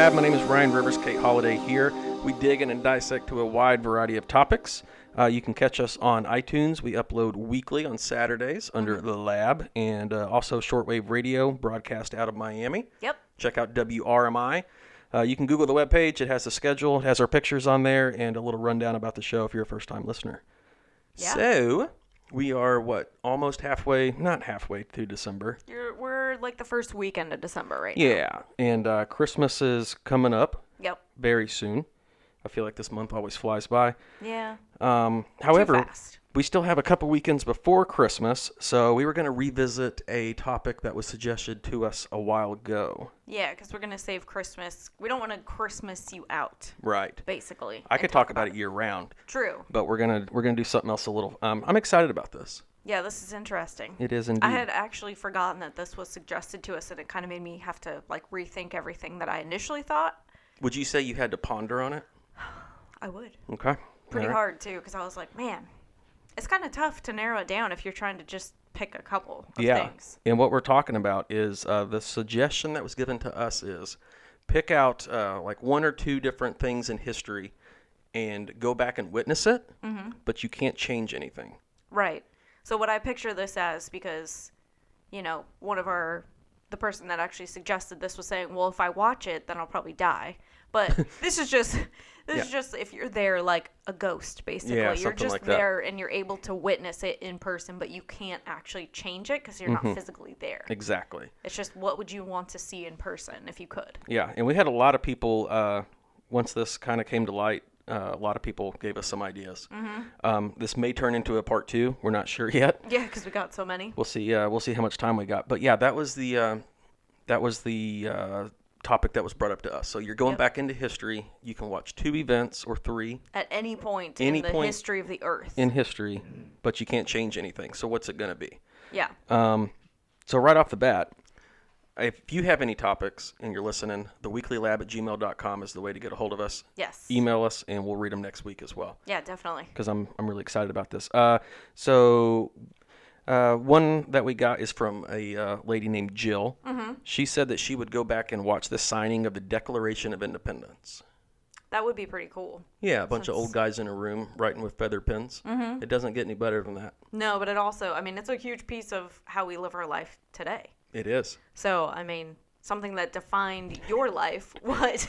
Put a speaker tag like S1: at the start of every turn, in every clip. S1: Brian Rivers, Kate Holiday here. We dig in and dissect to a wide variety of topics. Uh, you can catch us on iTunes. We upload weekly on Saturdays under the lab and uh, also shortwave radio broadcast out of Miami.
S2: Yep.
S1: Check out WRMI. Uh, you can Google the webpage. It has the schedule, it has our pictures on there, and a little rundown about the show if you're a first time listener.
S2: Yeah.
S1: So we are, what, almost halfway, not halfway through December.
S2: You're, we're like the first weekend of December right now.
S1: Yeah. And uh, Christmas is coming up
S2: Yep.
S1: very soon. I feel like this month always flies by.
S2: Yeah.
S1: Um, however,
S2: fast.
S1: we still have a couple weekends before Christmas, so we were going to revisit a topic that was suggested to us a while ago.
S2: Yeah, because we're going to save Christmas. We don't want to Christmas you out,
S1: Right.
S2: basically.
S1: I
S2: and
S1: could talk about it year round,
S2: True.
S1: but we're gonna we're gonna do something else a little. Um, I'm excited about this.
S2: Yeah, this is interesting.
S1: It is indeed.
S2: I had actually forgotten that this was suggested to us, and it kind of made me have to like rethink everything that I initially thought
S1: Would you say you had to ponder on it?
S2: I would.
S1: Okay.
S2: Pretty
S1: All right.
S2: hard, too, because I was like, man, it's kind of tough to narrow it down if you're trying to just pick a couple of
S1: Yeah.
S2: things.
S1: And what we're talking about is uh, the suggestion that was given to us is pick out uh, like one or two different things in history and go back and witness it,
S2: Mm-hmm.
S1: but you can't change anything.
S2: Right. So what I picture this as because you know, one of our the person that actually suggested this was saying, "Well, if I watch it, then I'll probably die." But this is just this is
S1: Yeah.
S2: just if you're there like a ghost basically.
S1: Yeah,
S2: you're
S1: something
S2: just
S1: like that.
S2: there and you're able to witness it in person, but you can't actually change it cuz you're
S1: Mm-hmm.
S2: not physically there.
S1: Exactly.
S2: It's just what would you want to see in person if you could?
S1: Yeah, and we had a lot of people. Uh, once this kind of came to light, uh, a lot of people gave us some ideas.
S2: Mm-hmm.
S1: Um, this may turn into a part two. We're not sure yet.
S2: Yeah, cuz we got so many.
S1: We'll see. Uh, we'll see how much time we got. But yeah, that was the uh, that was the uh, topic that was brought up to us. So you're going back into history. You can watch two events or three
S2: At any point
S1: Any
S2: in the
S1: point
S2: history of the earth.
S1: in history, but you can't change anything. So what's it going to be?
S2: yeah.
S1: uh, So right off the bat, if you have any topics and you're listening, theweeklylab at gmail.com is the way to get a hold of us.
S2: yes.
S1: Email us, and we'll read them next week as well.
S2: yeah, definitely.
S1: because I'm I'm really excited about this. Uh, so uh, one that we got is from a uh, lady named Jill. Mm-hmm. She said that she would go back and watch the signing of the Declaration of Independence.
S2: That would be pretty cool.
S1: Yeah, a bunch of old guys in a room writing with feather pens. Mm-hmm. It doesn't get any better than that.
S2: No, but it also, I mean, it's a huge piece of how we live our life today.
S1: It is.
S2: So, I mean, something that defined your life, what?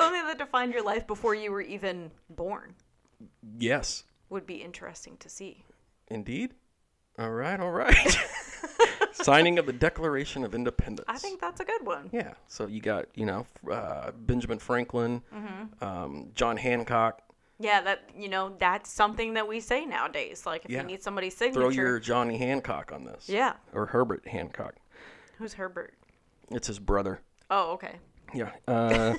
S2: something that defined your life before you were even born
S1: Yes,
S2: would be interesting to see.
S1: indeed. All right, all right. signing of the Declaration of Independence.
S2: I think that's a good one.
S1: Yeah. So you got you know uh, Benjamin Franklin, um, John Hancock.
S2: Yeah, that, you know, that's something that we say nowadays. Like, if
S1: Yeah.
S2: you need somebody's signature.
S1: Throw your Johnny Hancock on this.
S2: Yeah.
S1: or Herbert Hancock.
S2: Who's Herbert?
S1: It's his brother.
S2: Oh, okay.
S1: Yeah. Uh,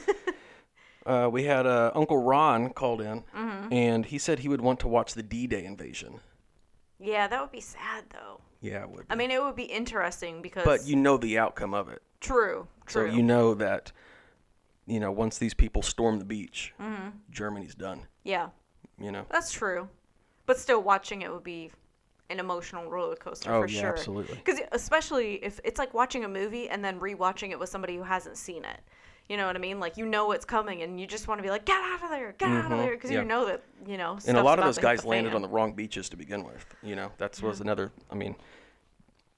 S1: uh, we had uh, Uncle Ron called in,
S2: Mm-hmm.
S1: and he said he would want to watch the D-Day invasion.
S2: Yeah, that would be sad, though.
S1: Yeah, it would.
S2: I mean, it would be interesting because.
S1: but you know the outcome of it,
S2: true, true.
S1: so you know that, you know, once these people storm the beach,
S2: Mm-hmm.
S1: Germany's done.
S2: yeah.
S1: You know.
S2: That's true, but still, watching it would be an emotional roller coaster
S1: Oh,
S2: for
S1: yeah,
S2: sure.
S1: absolutely.
S2: Because especially if it's like watching a movie and then rewatching it with somebody who hasn't seen it. You know what I mean? Like you know what's coming, and you just want to be like, "Get out of there! Get out of there!" Because
S1: Mm-hmm. yeah.
S2: you know that you know.
S1: And a lot of those guys landed on the wrong beaches to begin with. You know, that's was another. I mean,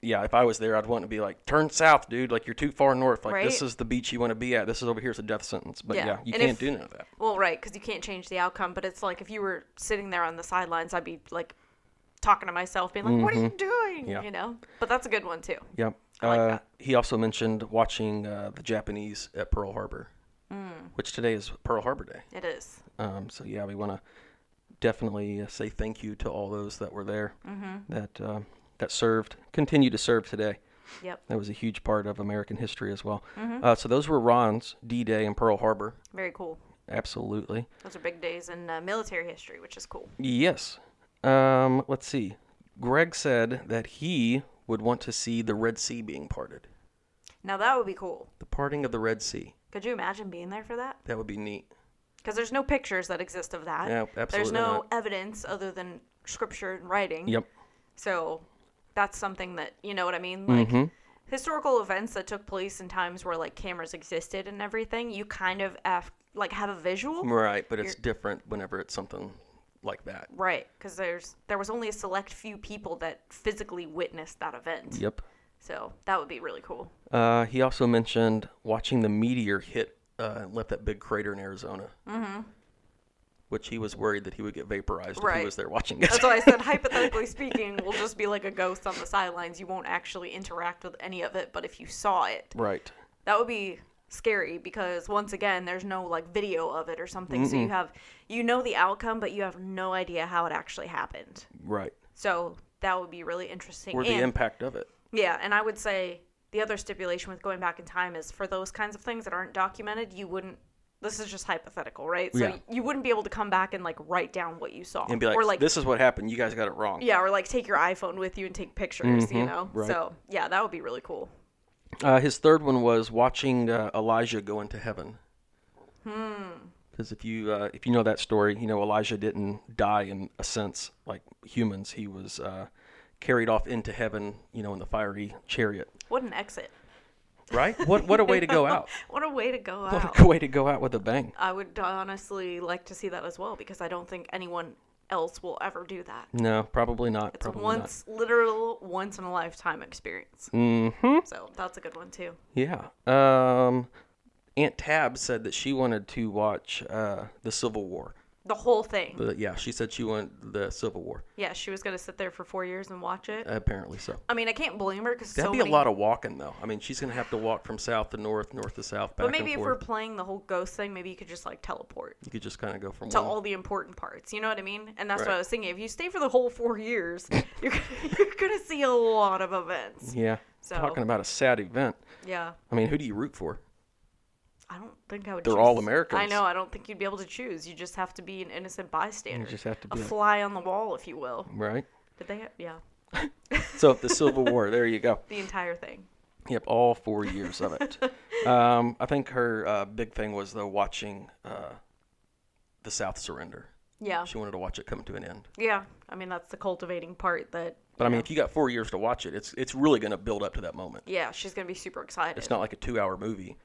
S1: yeah, if I was there, I'd want to be like, turn south, dude. Like you're too far north. Like this
S2: Right.
S1: is the beach you want to be at. This is over here's a death sentence. But yeah,
S2: Yeah.
S1: you
S2: And
S1: can't
S2: if-
S1: do none of that.
S2: Well, right, because you can't change the outcome. But it's like if you were sitting there on the sidelines, I'd be like talking to myself, being like, "What are you doing?"
S1: Mm-hmm. Yeah.
S2: You know. But that's a good one too.
S1: Yeah.
S2: I like
S1: uh,
S2: that.
S1: He also mentioned watching uh, the Japanese at Pearl Harbor,
S2: Mm.
S1: which today is Pearl Harbor Day.
S2: It is.
S1: Um, so yeah, we want to definitely uh, say thank you to all those that were there,
S2: Mm-hmm.
S1: that um, that served, continue to serve today.
S2: Yep.
S1: That was a huge part of American history as well. Uh, so those were Ron's D-Day and Pearl Harbor.
S2: Very cool.
S1: Absolutely.
S2: Those are big days in uh, military history, which is cool.
S1: Yes. Um, let's see. Greg said that he would want to see the Red Sea being parted.
S2: Now that would be cool.
S1: The parting of the Red Sea.
S2: Could you imagine being there for that?
S1: That would be neat.
S2: Because there's no pictures that exist of that.
S1: Yeah,
S2: There's
S1: absolutely
S2: no
S1: not.
S2: evidence other than scripture and writing.
S1: Yep. Mm-hmm.
S2: So that's something that you know what I mean. Like historical events that took place in times where like cameras existed and everything, you kind of af- like have a visual.
S1: Right, but it's different whenever it's something like that.
S2: Right, because there's there was only a select few people that physically witnessed that event.
S1: Yep.
S2: So that would be really cool.
S1: Uh, he also mentioned watching the meteor hit uh, and left that big crater in Arizona. Mm-hmm. Which he was worried that he would get vaporized if
S2: Right.
S1: he was there watching it.
S2: That's why I said hypothetically speaking, we'll just be like a ghost on the sidelines. You won't actually interact with any of it, but if you saw it,
S1: right.
S2: that would be scary because once again, there's no like video of it or something. So you have you know the outcome, but you have no idea how it actually happened.
S1: Right.
S2: So that would be really interesting.
S1: Or the
S2: And-
S1: impact of it.
S2: Yeah, and I would say the other stipulation with going back in time is for those kinds of things that aren't documented, you wouldn't. This is just hypothetical, right? So
S1: Yeah.
S2: you wouldn't be able to come back and like write down what you saw,
S1: And be like,
S2: or like
S1: this is what happened. You guys got it wrong.
S2: yeah, or like take your iPhone with you and take pictures, you know.
S1: Mm-hmm, right.
S2: So yeah, that would be really cool.
S1: Uh, his third one was watching uh, Elijah go into heaven.
S2: Hmm.
S1: Because if you uh, if you know that story, you know Elijah didn't die in a sense like humans. He was uh, carried off into heaven, you know, in the fiery chariot.
S2: What an exit!
S1: Right? What what a way to go out!
S2: What a way to go
S1: What
S2: out.
S1: a way to go out with a bang.
S2: I would honestly like to see that as well because I don't think anyone else will ever do that.
S1: No, probably not.
S2: It's
S1: probably
S2: a once, literal, once in a lifetime experience. Mm-hmm. So that's a good one too.
S1: not. Yeah. Um, Aunt Tab said that she wanted to watch uh, the Civil War.
S2: The whole thing.
S1: But yeah, she said she wanted the Civil War.
S2: Yeah, she was gonna sit there for four years and watch it.
S1: Apparently so.
S2: I mean, I can't blame her because
S1: That'd
S2: so
S1: be
S2: many.
S1: a lot of walking, though. I mean, she's gonna have to walk from south to north, north to south, back
S2: but maybe
S1: and
S2: if
S1: forth.
S2: we're playing the whole ghost thing, maybe you could just like teleport
S1: You could just kind of go from
S2: to
S1: one.
S2: all the important parts. You know what I mean? And that's what
S1: Mm-hmm. Right.
S2: I was thinking. If you stay for the whole four years, you're gonna, you're gonna see a lot of events.
S1: Yeah.
S2: So-
S1: Talking about a sad event.
S2: Yeah,
S1: I mean, who do you root for?
S2: I don't think I would.
S1: They're
S2: choose-
S1: all Americans.
S2: I know. I don't think you'd be able to choose. You just have to be an innocent bystander.
S1: just have to
S2: a
S1: be a-
S2: fly on the wall, if you will.
S1: Right.
S2: Did they? Have, yeah,
S1: So the Civil War. There you go.
S2: the entire thing.
S1: Yep, all four years of it. um, I think her uh, big thing was though watching uh, the South surrender.
S2: Yeah,
S1: She wanted to watch it come to an end.
S2: yeah. I mean, that's the cultivating part that.
S1: But I mean, if you got four years to watch it, it's it's really gonna build up to that moment.
S2: Yeah, she's gonna be super excited.
S1: It's not like a two-hour movie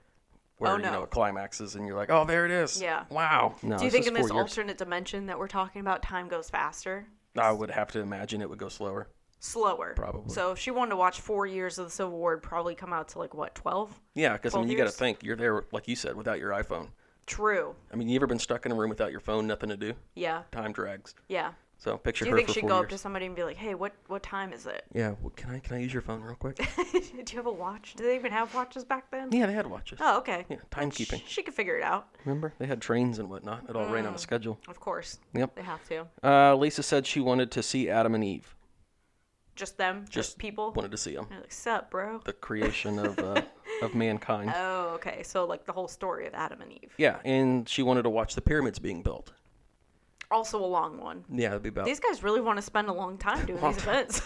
S1: where
S2: Oh,
S1: you
S2: no.
S1: know it climaxes and you're like, oh, there it is.
S2: Yeah.
S1: Wow. No,
S2: Do you
S1: it's
S2: think
S1: just
S2: in this
S1: four years.
S2: alternate dimension that we're talking about, time goes faster,
S1: I would have to imagine it would go slower.
S2: slower?
S1: Probably.
S2: So if she wanted to watch four years of the Civil War, it'd probably come out to like what twelve?
S1: Yeah, because I mean,
S2: Twelve
S1: you got to
S2: years?
S1: think you're there, like you said, without your iPhone.
S2: True.
S1: I mean, you ever been stuck in a room without your phone, nothing to do?
S2: Yeah.
S1: Time drags.
S2: Yeah.
S1: So picture
S2: Do you
S1: her
S2: think
S1: for
S2: she'd
S1: four
S2: go up
S1: years.
S2: to somebody and be like, "Hey, what what time is it?
S1: Yeah. Well, can I can I use your phone real quick?
S2: Do you have a watch? Do they even have watches back then?
S1: yeah, they had watches.
S2: Oh, okay.
S1: Yeah, timekeeping.
S2: She, she could figure it out.
S1: Remember, they had trains and whatnot. It all ran
S2: Mm.
S1: on a schedule.
S2: Of course.
S1: Yep.
S2: They have to.
S1: Uh, Lisa said she wanted to see Adam and Eve.
S2: Just them. Just,
S1: Just
S2: people.
S1: Wanted to see them.
S2: They're like, "Sup, bro."
S1: The creation of uh, of mankind.
S2: Oh, okay. So like the whole story of Adam and Eve.
S1: yeah, and she wanted to watch the pyramids being built.
S2: Also a long one.
S1: Yeah, it'd be about
S2: These guys really want to spend a long time doing these events.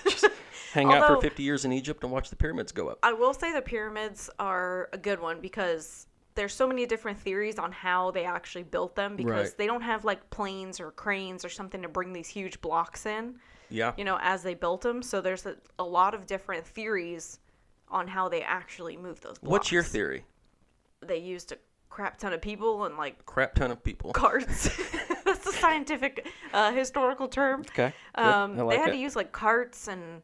S1: hang out for
S2: although-
S1: 50 years in Egypt and watch the pyramids go up.
S2: I will say the pyramids are a good one because there's so many different theories on how they actually built them because
S1: Right.
S2: they don't have like planes or cranes or something to bring these huge blocks in,
S1: Yeah.
S2: you know, as they built them. So there's a, a lot of different theories on how they actually moved those blocks.
S1: What's your theory?
S2: They used a crap ton of people and like
S1: Crap ton of people.
S2: carts. That's a scientific uh, historical term.
S1: Okay. good.
S2: Um,
S1: I like
S2: they had
S1: it.
S2: to use like carts and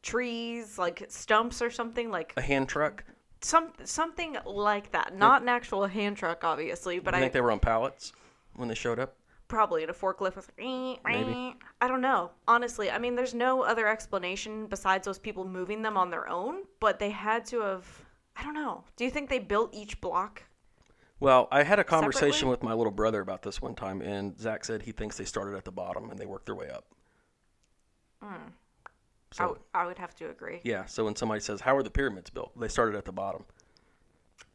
S2: trees, like stumps or something, like
S1: a hand truck.
S2: some something like that. Not an actual hand truck, obviously, but
S1: I
S2: I
S1: think they were on pallets when they showed up.
S2: probably in a forklift with. Maybe. I don't know. Honestly, I mean, there's no other explanation besides those people moving them on their own. But they had to have. I don't know. Do you think they built each block?
S1: Well, I had a conversation
S2: Separately?
S1: with my little brother about this one time, and Zach said he thinks they started at the bottom and they worked their way up.
S2: I Hmm.
S1: So
S2: would- I would have to agree.
S1: yeah, so when somebody says, "How are the pyramids built?" they started at the bottom.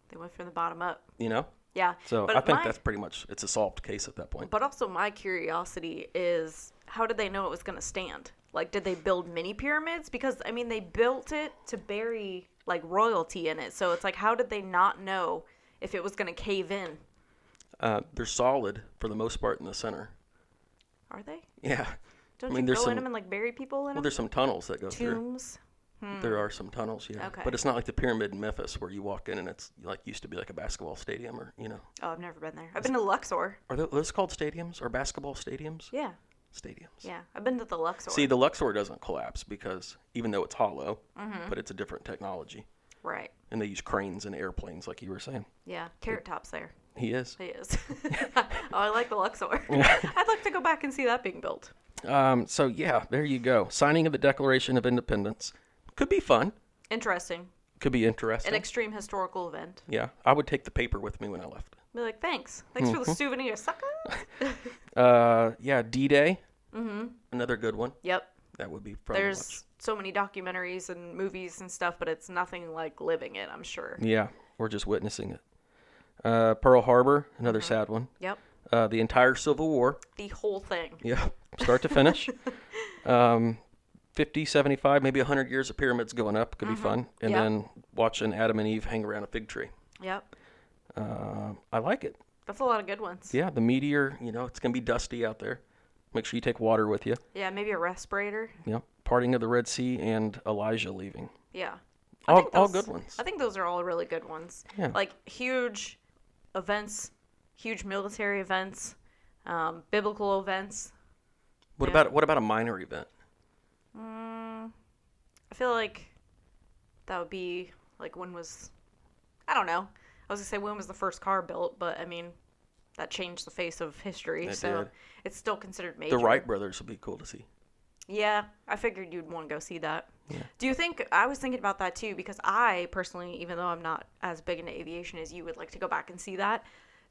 S2: They went from the bottom up.
S1: You know.
S2: Yeah.
S1: So I think
S2: my-
S1: that's pretty much it's a solved case at that point.
S2: But also, my curiosity is how did they know it was going to stand? Like, did they build mini pyramids? Because, I mean, they built it to bury, like, royalty in it. So it's like, how did they not know if it was going to cave in?
S1: Uh, they're solid for the most part in the center.
S2: Are they?
S1: Yeah.
S2: Don't
S1: I mean,
S2: you
S1: there's
S2: go in
S1: some
S2: them and, like, bury people in
S1: well,
S2: them?
S1: there's some tunnels that go through.
S2: Tombs.
S1: There are some tunnels, yeah.
S2: Hmm. Okay.
S1: But it's not like the pyramid in Memphis where you walk in and it's like used to be like a basketball stadium or, you know.
S2: Oh, I've never been there. I've been to Luxor.
S1: Are tho- those called stadiums? Are basketball stadiums?
S2: Yeah.
S1: Stadiums.
S2: Yeah. I've been to the Luxor.
S1: See, the Luxor doesn't collapse because even though it's hollow,
S2: Mm-hmm.
S1: but it's a different technology.
S2: right.
S1: And they use cranes and airplanes, like you were saying.
S2: Yeah. Carrot Top's there.
S1: He is.
S2: He is. oh, I like the Luxor. I'd like to go back and see that being built.
S1: Um, so, yeah, there you go. Signing of the Declaration of Independence. Could be fun.
S2: Interesting.
S1: Could be interesting.
S2: An extreme historical event.
S1: yeah. I would take the paper with me when I left.
S2: Be like, thanks. Thanks
S1: Mm-hmm.
S2: for the souvenir, sucker.
S1: Uh, yeah, D Day. Mm-hmm. Another good one.
S2: yep.
S1: That would be fun. to
S2: There's
S1: watch.
S2: so many documentaries and movies and stuff, but it's nothing like living it, I'm sure.
S1: Yeah, we're just witnessing it. Uh, Pearl Harbor, another
S2: Mm-hmm.
S1: sad one.
S2: Yep.
S1: Uh, the entire Civil War.
S2: The whole thing.
S1: Yeah, start to finish. um, 50, 75, maybe 100 years of pyramids going up. Could be fun. And
S2: Mm-hmm. Yeah.
S1: then watching Adam and Eve hang around a fig tree.
S2: Yep.
S1: Uh, I like it.
S2: That's a lot of good ones.
S1: Yeah, the meteor, you know, it's going to be dusty out there. Make sure you take water with you.
S2: Yeah, maybe a respirator.
S1: Yeah. Parting of the Red Sea and Elijah leaving.
S2: Yeah. I
S1: All,
S2: think
S1: all
S2: those-
S1: good ones.
S2: I think those are all really good ones.
S1: Yeah.
S2: Like huge events, huge military events, um, biblical events.
S1: What
S2: yeah.
S1: about what about a minor event?
S2: I feel like that would be like when was I don't know. I was gonna say when was the first car built, but I mean that changed the face of history,
S1: It
S2: so
S1: did.
S2: it's still considered major.
S1: The Wright brothers would be cool to see.
S2: Yeah, I figured you'd want to go see that. Do you think I was thinking about that too because I personally, even though I'm not as big into aviation as you, would like to go back and see that.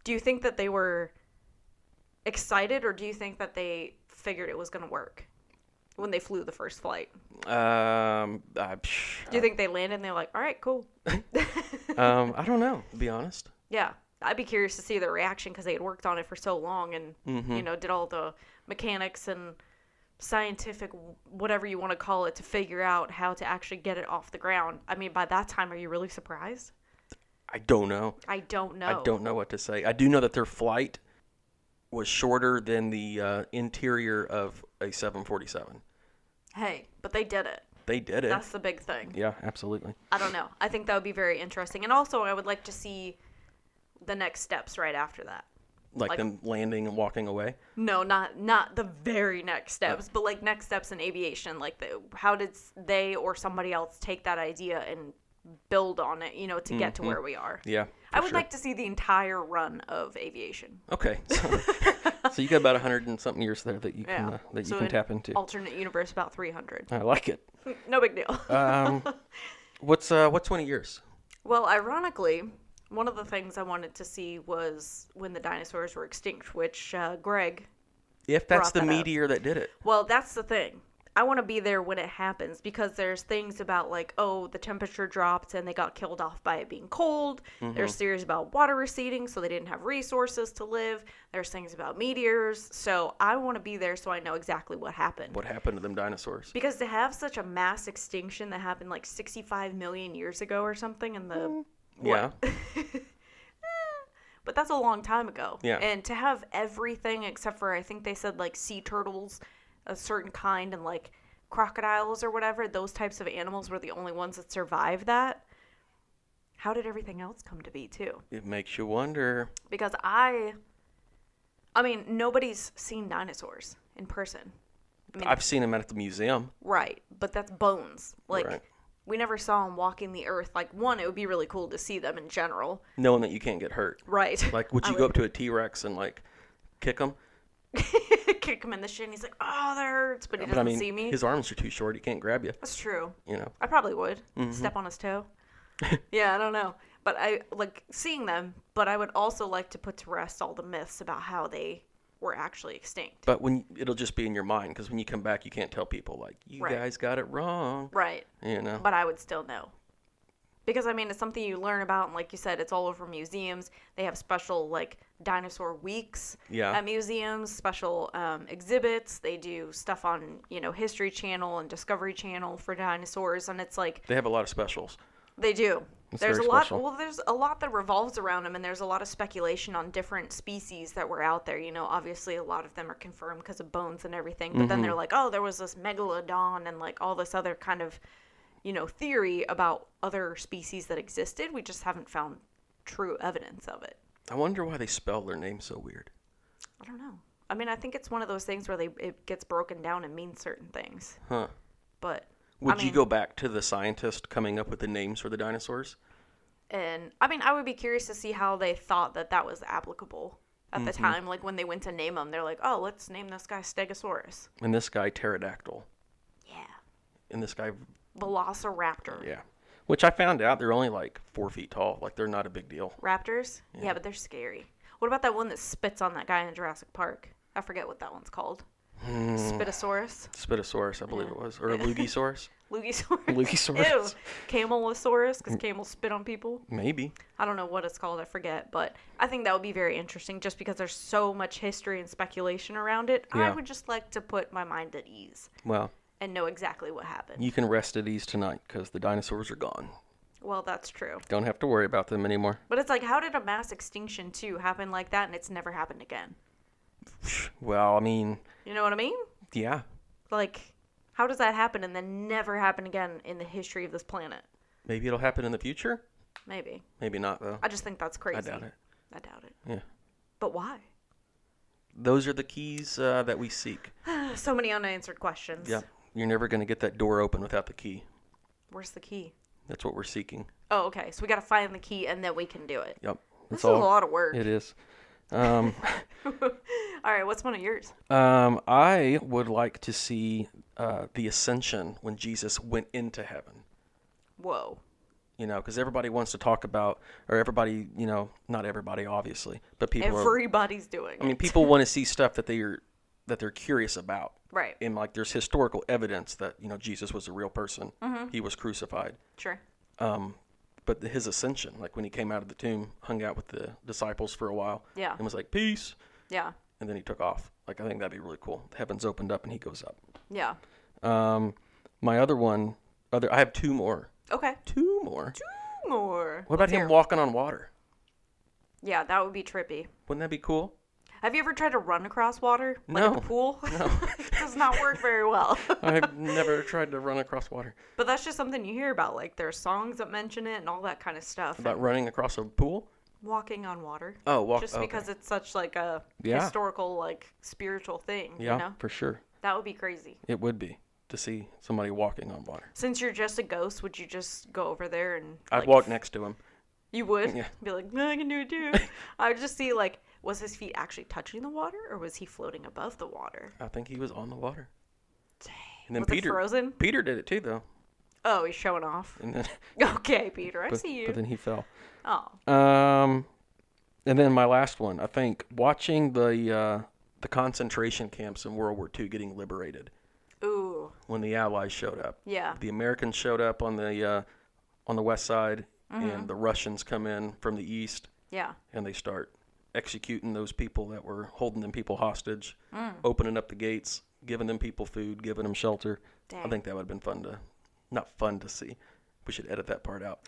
S2: Do you think that they were excited, or do you think that they figured it was going to work when they flew the first flight?
S1: Um, I, psh,
S2: Do you think they landed and they're like, "All right, cool"?
S1: um, I don't know. To be honest,
S2: Yeah, I'd be curious to see their reaction because they had worked on it for so long and
S1: Mm-hmm.
S2: you know did all the mechanics and scientific whatever you want to call it to figure out how to actually get it off the ground. I mean, by that time, are you really surprised?
S1: I don't know.
S2: I don't know.
S1: I don't know what to say. I do know that their flight was shorter than the uh, interior of a 747.
S2: Hey, but they did it.
S1: They did it.
S2: That's the big thing.
S1: yeah, absolutely.
S2: I don't know. I think that would be very interesting. And also, I would like to see the next steps right after that.
S1: Like,
S2: Like-
S1: them landing and walking away.
S2: No, not not the very next steps, but like next steps in aviation. Like, the, how did s- they or somebody else take that idea and build on it? You know, to get to where we are.
S1: Mm-hmm. Yeah.
S2: I
S1: for
S2: would
S1: sure.
S2: like to see the entire run of aviation.
S1: Okay. So, so you got about 100 and something years there that you can uh, that you
S2: So
S1: can
S2: an
S1: tap into.
S2: Alternate universe, about three hundred.
S1: I like it.
S2: No big deal.
S1: Um, what's uh, what's 20 years?
S2: Well, ironically, one of the things I wanted to see was when the dinosaurs were extinct, which uh, Greg
S1: If that's
S2: Brought
S1: the
S2: that up.
S1: meteor that did it.
S2: Well, that's the thing. I want to be there when it happens because there's things about like, oh, the temperature dropped and they got killed off by it being cold. There's theories about water receding, so they didn't have resources to live. There's things about meteors. So I want to be there so I know exactly what happened.
S1: What happened to them dinosaurs?
S2: Because to have such a mass extinction that happened like 65 million years ago or something in the
S1: Yeah.
S2: but that's a long time ago.
S1: Yeah.
S2: And to have everything except for I think they said like sea turtles, a certain kind, and like crocodiles or whatever, those types of animals were the only ones that survived that. How did everything else come to be too?
S1: It makes you wonder.
S2: Because I I mean, nobody's seen dinosaurs in person.
S1: I've seen them at the museum.
S2: Right, but that's bones. Like
S1: Right.
S2: we never saw them walking the earth. Like one, it would be really cool to see them in general.
S1: knowing that you can't get hurt.
S2: Right.
S1: Like, would
S2: I
S1: you go up to a T Rex and like kick him?
S2: kick him in the shin. He's like, "Oh, that hurts," but he
S1: But
S2: doesn't
S1: I mean,
S2: see me.
S1: his arms are too short; he can't grab you.
S2: That's true.
S1: You know,
S2: I probably would
S1: Mm-hmm.
S2: step on his toe. yeah, I don't know, but I like seeing them. But I would also like to put to rest all the myths about how they were actually extinct.
S1: but when it'll just be in your mind because when you come back, you can't tell people like you
S2: Right.
S1: guys got it wrong.
S2: Right.
S1: You know,
S2: But I would still know. Because I mean, it's something you learn about, and like you said, it's all over museums. They have special like dinosaur weeks
S1: Yeah.
S2: at museums, special um, exhibits. They do stuff on you know History Channel and Discovery Channel for dinosaurs, and it's like
S1: they have a lot of specials.
S2: They do.
S1: It's
S2: there's a
S1: very
S2: lot.
S1: special.
S2: Well, there's a lot that revolves around them, and there's a lot of speculation on different species that were out there. You know, obviously a lot of them are confirmed
S1: Mm-hmm.
S2: because of bones and everything. But then they're like, oh, there was this megalodon and like all this other kind of, you know, theory about other species that existed. We just haven't found true evidence of it.
S1: I wonder why they spell their name so weird.
S2: I don't know. I mean, I think it's one of those things where they it gets broken down and means certain things.
S1: Huh.
S2: But
S1: Would
S2: I
S1: you
S2: mean-
S1: go back to the scientist coming up with the names for the dinosaurs?
S2: and I mean, I would be curious to see how they thought that that was applicable at
S1: Mm-hmm.
S2: the time. Like when they went to name them, they're like, "Oh, let's name this guy Stegosaurus."
S1: And this guy pterodactyl.
S2: Yeah.
S1: And this guy
S2: Velociraptor.
S1: yeah. Which I found out they're only like four feet tall. Like they're not a big deal.
S2: Raptors? Yeah. but they're scary. What about that one that spits on that guy in Jurassic Park? I forget what that one's called.
S1: Hmm.
S2: Spitosaurus?
S1: Spitosaurus, I believe it was. Or a Lugisaurus.
S2: Lugisaurus?
S1: Lugisaurus. Mm.
S2: Ew. Camelosaurus, because camels spit on people.
S1: Maybe.
S2: I don't know what it's called, I forget, but I think that would be very interesting just because there's so much history and speculation around it.
S1: Yeah.
S2: I would just like to put my mind at ease
S1: Well,
S2: and know exactly what happened.
S1: you can rest at ease tonight because the dinosaurs are gone.
S2: Well, that's true.
S1: Don't have to worry about them anymore.
S2: But it's like, how did a mass extinction, too, happen like that and it's never happened again?
S1: Well, I mean,
S2: You know what I mean?
S1: yeah.
S2: Like, how does that happen and then never happen again in the history of this planet?
S1: Maybe it'll happen in the future.
S2: Maybe.
S1: Maybe not though.
S2: I just think that's crazy.
S1: I doubt it.
S2: I doubt it.
S1: Yeah.
S2: But why?
S1: Those are the keys uh, that we seek.
S2: So many unanswered questions.
S1: Yeah. You're never going to get that door open without the key.
S2: Where's the key?
S1: That's what we're seeking.
S2: Oh, okay. So we got to find the key and then we can do it.
S1: Yep.
S2: This
S1: That's
S2: is a lot of work.
S1: It is. Um,
S2: All right, what's one of yours?
S1: um, I would like to see uh, the ascension when Jesus went into heaven.
S2: Whoa.
S1: You know, because everybody wants to talk about, or everybody, you know, not everybody, obviously, but people. are,
S2: Everybody's doing
S1: I mean,
S2: it.
S1: people want to see stuff that they are that they're curious about.
S2: Right.
S1: And like, there's historical evidence that you know Jesus was a real person.
S2: Mm-hmm.
S1: He was crucified.
S2: Sure.
S1: um, but the, his ascension, like when he came out of the tomb, hung out with the disciples for a while,
S2: Yeah.
S1: and was like peace,
S2: Yeah.
S1: and then he took off. Like I think that'd be really cool. The heavens opened up and he goes up.
S2: Yeah.
S1: Um, my other one, other I have two more,
S2: Okay.
S1: two more.
S2: Two more.
S1: What about
S2: Let's
S1: him
S2: hear.
S1: walking on water?
S2: Yeah, that would be trippy.
S1: Wouldn't that be cool?
S2: Have you ever tried to run across water? Like at
S1: No.
S2: the pool? No. it does not work very well.
S1: I've never tried to run across water.
S2: But that's just something you hear about. Like there's songs that mention it and all that kind of stuff.
S1: About running across a pool?
S2: Walking on water.
S1: Oh, walk.
S2: just
S1: okay.
S2: because it's such like a
S1: Yeah.
S2: historical, like spiritual thing.
S1: yeah,
S2: You know?
S1: for sure,
S2: That would be crazy.
S1: it would be to see somebody walking on water.
S2: Since you're just a ghost, would you just go over there and
S1: I'd
S2: like,
S1: walk next to him.
S2: You would
S1: Yeah.
S2: be like, no, I can do it too. I would just see like, was his feet actually touching the water, or was he floating above the water?
S1: I think he was on the water. And then
S2: was
S1: Peter
S2: it frozen?
S1: Peter did it too, though.
S2: Oh, he's showing off.
S1: And then,
S2: Okay, Peter, I
S1: but,
S2: see you.
S1: but then he fell.
S2: oh,
S1: Um, and then my last one, I think, watching the uh, the concentration camps in World War II getting liberated
S2: ooh,
S1: when the Allies showed up.
S2: yeah,
S1: The Americans showed up on the uh, on the west side, and the Russians come in from the east,
S2: yeah,
S1: and they start executing those people that were holding them people hostage, opening up the gates, giving them people food, giving them shelter. I
S2: Dang.
S1: think that would have been fun to, not fun to see. We should edit that part out.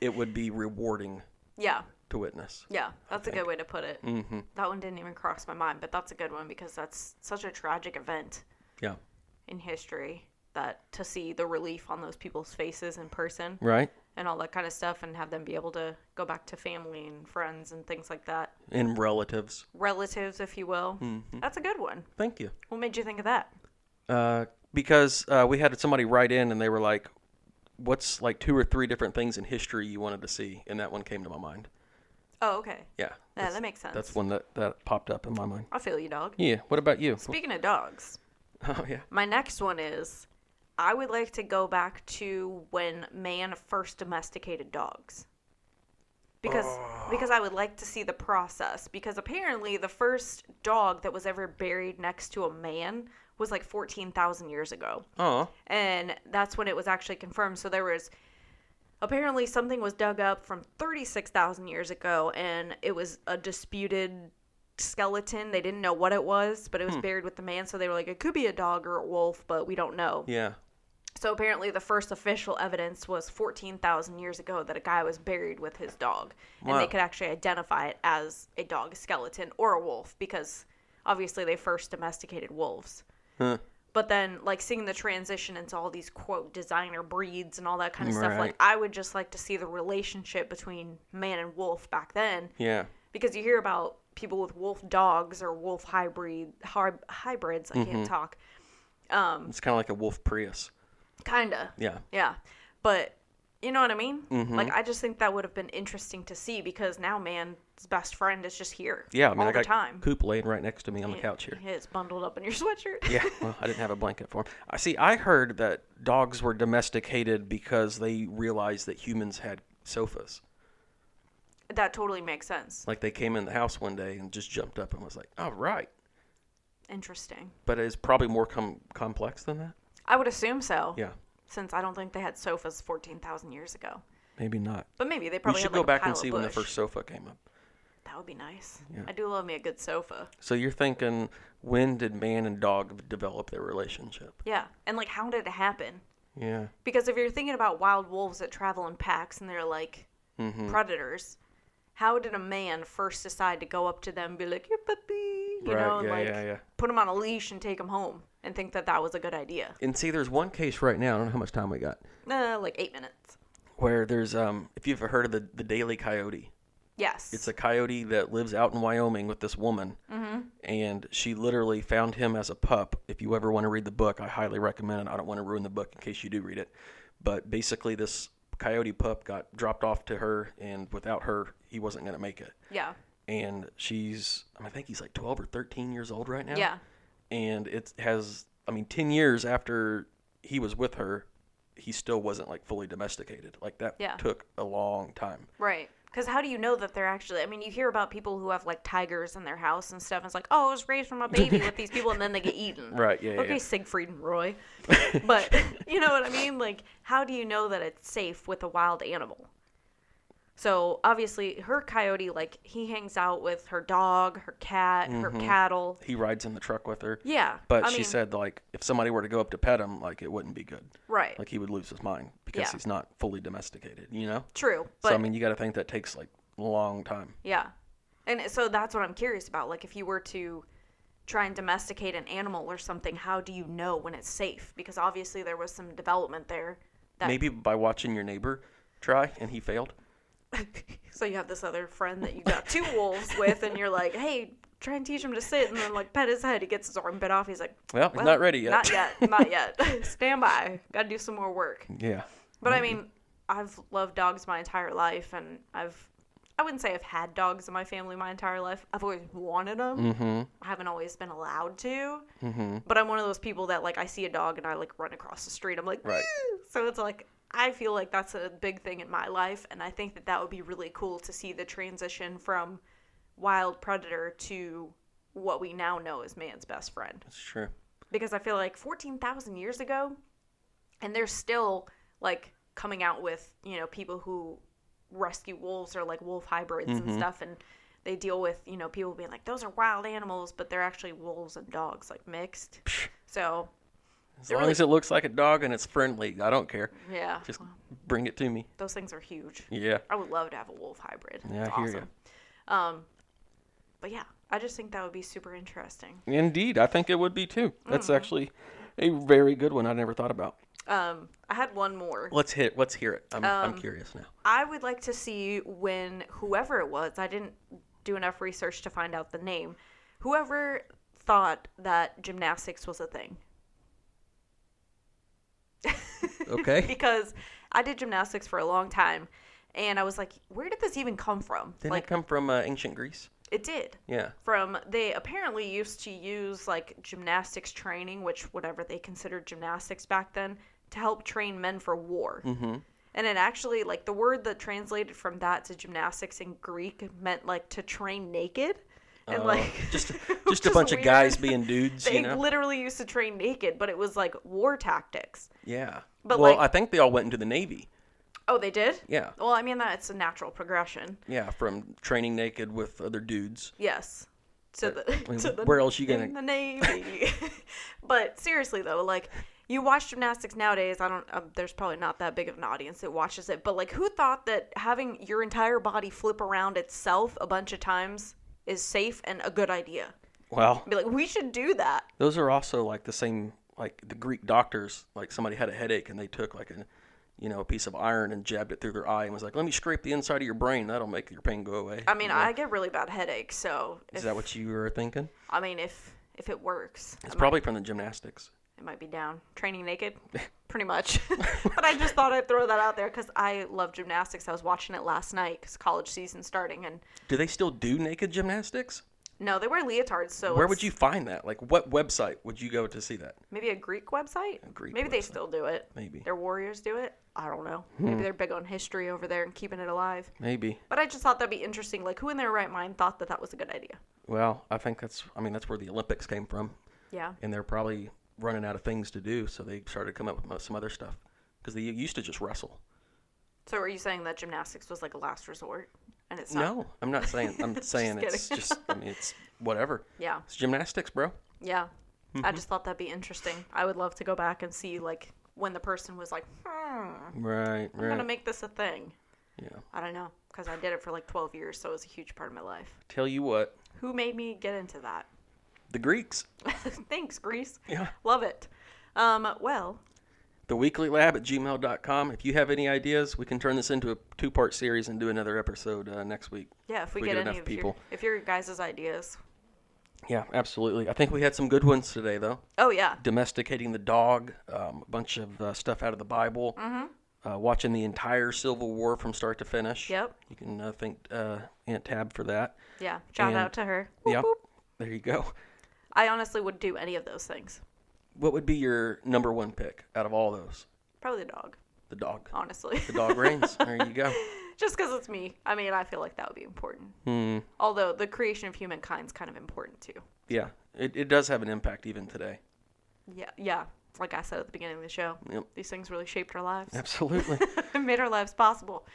S1: it would be rewarding
S2: yeah,
S1: to witness.
S2: yeah. That's a good way to put it. Mm-hmm. That one didn't even cross my mind, but that's a good one because that's such a tragic event
S1: Yeah.
S2: in history that to see the relief on those people's faces in person
S1: Right?
S2: and all that kind of stuff, and have them be able to go back to family and friends and things like that.
S1: And relatives.
S2: relatives, if you will.
S1: Mm-hmm.
S2: That's a good one.
S1: Thank you.
S2: What made you think of that?
S1: Uh, because uh, we had somebody write in and they were like, what's like two or three different things in history you wanted to see? And that one came to my mind.
S2: Oh, okay.
S1: Yeah.
S2: Yeah, that makes sense.
S1: That's one that, that popped up in my mind.
S2: I feel you, dog.
S1: Yeah. What about you?
S2: Speaking of dogs,
S1: Oh, yeah.
S2: my next one is I would like to go back to when man first domesticated dogs. Because because I would like to see the process because apparently the first dog that was ever buried next to a man was like 14,000 years ago.
S1: Oh,
S2: and that's when it was actually confirmed. So there was apparently something was dug up from 36,000 years ago, and it was a disputed skeleton. They didn't know what it was, but it was buried with the man. So they were like, it could be a dog or a wolf, but we don't know.
S1: yeah.
S2: So apparently, the first official evidence was 14,000 years ago that a guy was buried with his dog. And
S1: Wow.
S2: they could actually identify it as a dog skeleton or a wolf because obviously they first domesticated wolves. But then, like seeing the transition into all these quote designer breeds and all that kind of stuff,
S1: Right.
S2: like I would just like to see the relationship between man and wolf back then,
S1: Yeah.
S2: because you hear about people with wolf dogs or wolf hybrid hy- hybrids. I
S1: Mm-hmm.
S2: can't talk. Um,
S1: It's kind of like a wolf Prius.
S2: Kinda.
S1: Yeah.
S2: Yeah. But you know what I mean?
S1: Mm-hmm.
S2: Like I just think that would have been interesting to see because now man's best friend is just here.
S1: Yeah. I mean,
S2: all
S1: I
S2: the
S1: got
S2: time.
S1: Coop laying right next to me on the couch here.
S2: It's bundled up in your sweatshirt.
S1: Yeah, well, I didn't have a blanket for him. I see. I heard that dogs were domesticated because they realized that humans had sofas.
S2: that totally makes sense.
S1: Like they came in the house one day and just jumped up and was like, "All right,"
S2: Interesting.
S1: but it's probably more com- complex than that.
S2: I would assume so.
S1: Yeah,
S2: Since I don't think they had sofas 14,000 years ago.
S1: maybe not.
S2: But maybe they probably
S1: we should
S2: had like
S1: go back
S2: a pile
S1: and
S2: of
S1: see when the
S2: bush.
S1: first sofa came up.
S2: That would be nice. I do love me a good sofa.
S1: So you're thinking, when did man and dog develop their relationship?
S2: Yeah. And like how did it happen?
S1: Yeah,
S2: Because if you're thinking about wild wolves that travel in packs and they're like
S1: Mm-hmm.
S2: predators, how did a man first decide to go up to them and be like, your puppy, you
S1: Right,
S2: know, and
S1: yeah,
S2: like
S1: yeah, yeah.
S2: put him on a leash and take him home and think that that was a good idea?
S1: and see, there's one case right now. I don't know how much time we got.
S2: Uh, like eight minutes.
S1: Where there's um, if you've ever heard of the the daily coyote.
S2: Yes.
S1: It's a coyote that lives out in Wyoming with this woman,
S2: Mm-hmm.
S1: and she literally found him as a pup. If you ever want to read the book, I highly recommend it. I don't want to ruin the book in case you do read it, but basically, this coyote pup got dropped off to her, and without her, he wasn't going to make it.
S2: yeah.
S1: And she's, I, mean, I think he's like twelve or thirteen years old right now.
S2: Yeah.
S1: and it has, I mean, ten years after he was with her, he still wasn't like fully domesticated. Like that
S2: Yeah.
S1: took a long time.
S2: Right. Because how do you know that they're actually? I mean, you hear about people who have like tigers in their house and stuff. And it's like, oh, I was raised from a baby with these people, and then they get eaten.
S1: Right, yeah, yeah,
S2: Okay,
S1: yeah.
S2: Siegfried and Roy. but you know what I mean? Like, how do you know that it's safe with a wild animal? So obviously, her coyote, like, he hangs out with her dog, her cat, her cattle.
S1: He rides in the truck with her.
S2: Yeah.
S1: Mm-hmm. But
S2: I
S1: she
S2: mean,
S1: said like if somebody were to go up to pet him, like it wouldn't be good.
S2: right.
S1: Like he would lose his mind because
S2: Yeah.
S1: he's not fully domesticated, you know?
S2: true. But
S1: so I mean you gotta think that takes like a long time.
S2: Yeah. And so that's what I'm curious about. Like, if you were to try and domesticate an animal or something, how do you know when it's safe? Because obviously there was some development there. That,
S1: Maybe by watching your neighbor try and he failed.
S2: So you have this other friend that you got two wolves with, and you're like, hey, try and teach him to sit. And then, like, pet his head. He gets his arm bit off. He's like,
S1: Well, he's not ready yet.
S2: Not yet. Not yet. Stand by. Got to do some more work.
S1: yeah.
S2: But I mean, I've loved dogs my entire life, and I've I wouldn't say I've had dogs in my family my entire life. I've always wanted them. Mm-hmm. I haven't always been allowed to. Mm-hmm. But I'm one of those people that like I see a dog and I like run across the street. I'm like,
S1: Right.
S2: "Woo!" so it's like I feel like that's a big thing in my life, and I think that that would be really cool to see the transition from wild predator to what we now know as man's best friend
S1: That's true.
S2: because I feel like 14,000 years ago, and they're still like coming out with, you know, people who rescue wolves or like wolf hybrids and stuff. And they deal with, you know, people being like, those are wild animals, but they're actually wolves and dogs, like mixed. So,
S1: As long as it looks like a dog and it's friendly, I don't care.
S2: yeah,
S1: Just bring it to me.
S2: those things are huge.
S1: Yeah.
S2: I would love to have a wolf hybrid.
S1: Yeah,
S2: It's
S1: I hear
S2: awesome. Um, but yeah, I just think that would be super interesting.
S1: Indeed. I think it would be too. That's
S2: Mm-hmm.
S1: actually a very good one I never thought about.
S2: Um, I had one more.
S1: Let's hit let's hear it. I'm I'm
S2: Um.
S1: curious now.
S2: I would like to see when whoever it was, I didn't do enough research to find out the name, whoever thought that gymnastics was a thing.
S1: Okay.
S2: Because I did gymnastics for a long time and I was like, where did this even come from?
S1: Didn't
S2: like,
S1: it come from uh, ancient Greece?
S2: it did.
S1: Yeah.
S2: From they apparently used to use like gymnastics training, which whatever they considered gymnastics back then, to help train men for war. Mm-hmm. And it actually like the word that translated from that to gymnastics in Greek meant like to train naked, and
S1: Oh,
S2: like
S1: just
S2: which
S1: just a
S2: is
S1: bunch of guys
S2: weird.
S1: being dudes,
S2: They
S1: you know?
S2: literally used to train naked, but it was like war tactics.
S1: yeah.
S2: but,
S1: well,
S2: like-
S1: I think they all went into the navy.
S2: Oh, they did.
S1: Yeah.
S2: Well, I mean that's a natural progression.
S1: Yeah, from training naked with other dudes.
S2: Yes. To the,
S1: mean,
S2: to the
S1: where else you gonna-
S2: in the navy? but seriously though, like you watch gymnastics nowadays. I don't. Um, there's probably not that big of an audience that watches it. But like, who thought that having your entire body flip around itself a bunch of times is safe and a good idea?
S1: Wow.
S2: Be like, we should do that.
S1: Those are also like the same like the Greek doctors, like somebody had a headache and they took like a, you know, a piece of iron and jabbed it through their eye and was like, "Let me scrape the inside of your brain. That'll make your pain go away."
S2: I mean, I get really bad headaches, so
S1: Is
S2: if,
S1: that what you were thinking?
S2: I mean, if if it works,
S1: It's probably from the gymnastics.
S2: it might be down. Training naked, pretty much. but I just thought I'd throw that out there because I love gymnastics. I was watching it last night because college season starting, and
S1: Do they still do naked gymnastics?
S2: no, they wear leotards. So
S1: Where
S2: it's
S1: would you find that? Like, what website would you go to see that?
S2: Maybe a Greek website.
S1: Greek
S2: Maybe they
S1: website.
S2: still do it.
S1: Maybe. Hmm.
S2: their warriors do it. I don't know. Maybe they're big on history over there and keeping it alive.
S1: Maybe.
S2: But I just thought that'd be interesting. Like, who in their right mind thought that that was a good idea?
S1: Well, I think that's. I mean, that's where the Olympics came from,
S2: Yeah.
S1: and they're probably running out of things to do, so they started to come up with some other stuff because they used to just wrestle.
S2: So are you saying that gymnastics was like a last resort? And it's not.
S1: No, I'm not saying. I'm saying
S2: Just
S1: it's just. I mean, it's whatever.
S2: Yeah.
S1: It's gymnastics, bro.
S2: Yeah.
S1: Mm-hmm.
S2: I just thought that'd be interesting. I would love to go back and see like when the person was like, hmm,
S1: Right,
S2: I'm
S1: right.
S2: gonna make this a thing.
S1: yeah.
S2: I don't know because I did it for like 12 years, so it was a huge part of my life.
S1: Tell you what,
S2: Who made me get into that?
S1: the Greeks.
S2: Thanks, Greece.
S1: Yeah.
S2: Love it. Um, well,
S1: The weekly lab at gmail.com. If you have any ideas, we can turn this into a two part series and do another episode uh, next week.
S2: yeah. If we,
S1: We
S2: get,
S1: get
S2: any
S1: enough
S2: of your,
S1: people.
S2: if your guys' ideas,
S1: Yeah, absolutely. I think we had some good ones today, though.
S2: oh yeah,
S1: Domesticating the dog, um, a bunch of uh, stuff out of the Bible, uh, watching the entire Civil War from start to finish.
S2: Yep.
S1: You can uh, thank uh, Aunt Tab for that.
S2: yeah. Shout
S1: And-
S2: out to her. Whoop,
S1: Yeah.
S2: whoop.
S1: There you go.
S2: I honestly would do any of those things.
S1: What would be your number one pick out of all those?
S2: Probably the dog,
S1: The dog.
S2: honestly.
S1: The dog reigns. There you go.
S2: just because it's me. I mean, I feel like that would be important.
S1: Hmm.
S2: Although the creation of humankind's kind of important too.
S1: Yeah, it, it does have an impact even today.
S2: Yeah, yeah. Like I said at the beginning of the show,
S1: Yep.
S2: these things really shaped our lives,
S1: Absolutely.
S2: and made our lives possible.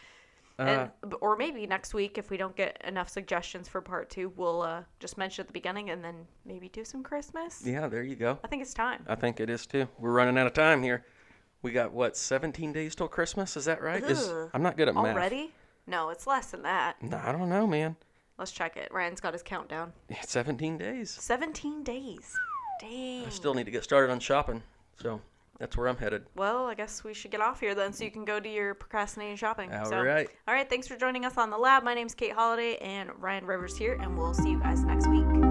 S1: Uh,
S2: And, or maybe next week, if we don't get enough suggestions for part two, we'll uh, just mention at the beginning and then maybe do some Christmas.
S1: yeah, there you go.
S2: I think it's time.
S1: I think it is too. We're running out of time here. We got what 17 days till Christmas? Is that right? Is,
S2: Ugh.
S1: I'm not good at Uh, math.
S2: Uh-huh. Already? No, it's less than that.
S1: No, I don't know, man.
S2: Let's check it. Ryan's got his countdown.
S1: 17 days.
S2: 17 days. Dang.
S1: I still need to get started on shopping, so that's where I'm headed.
S2: Well, I guess we should get off here then so you can go do your procrastinating shopping.
S1: All
S2: so,
S1: right.
S2: All right. Thanks for joining us on The Lab. My name's Kate Holiday and Ryan Rivers here, and we'll see you guys next week.